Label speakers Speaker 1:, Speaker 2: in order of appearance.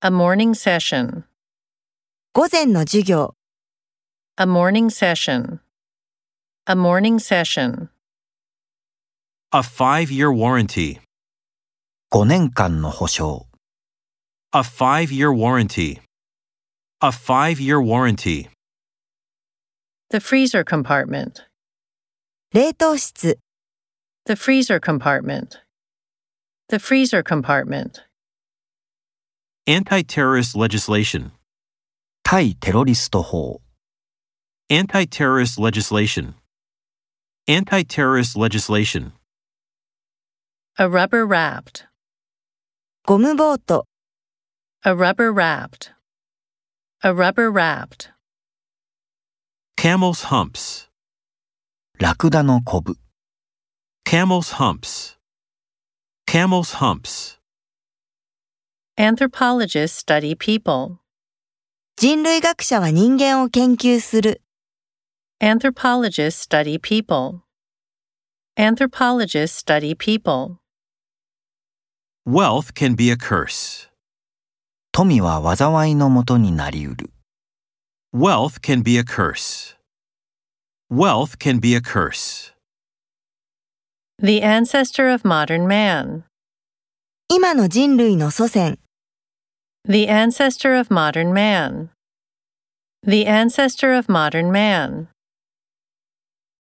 Speaker 1: A morning session.
Speaker 2: 午前の授業、
Speaker 1: A morning session. A morning session.
Speaker 3: A five year warranty.
Speaker 4: 5年間の保証。
Speaker 3: A five year warranty. A five year warranty.
Speaker 1: The freezer compartment.
Speaker 2: 冷凍室、
Speaker 1: The freezer compartment. The freezer compartment.
Speaker 3: Anti terrorist legislation.
Speaker 4: 対テロリスト法。
Speaker 3: Anti terrorist legislation. Anti terrorist legislation.
Speaker 1: A rubber wrapped.
Speaker 2: ゴムボート、
Speaker 1: A rubber wrapped. A rubber wrapped.
Speaker 3: Camel's humps.
Speaker 4: ラクダのコブ。
Speaker 3: Camel's humps. Camel's humps.
Speaker 1: Anthropologists study people.
Speaker 2: 人類学者は人間を研究する。
Speaker 1: Anthropologists study people. Anthropologists study people.
Speaker 3: Wealth can be a curse.
Speaker 4: 富は災いのもとになりうる。
Speaker 3: Wealth can be a curse. Wealth can be a curse.
Speaker 1: The ancestor of modern man.
Speaker 2: 今の人類の祖先、
Speaker 1: The ancestor of modern man. The ancestor of modern man.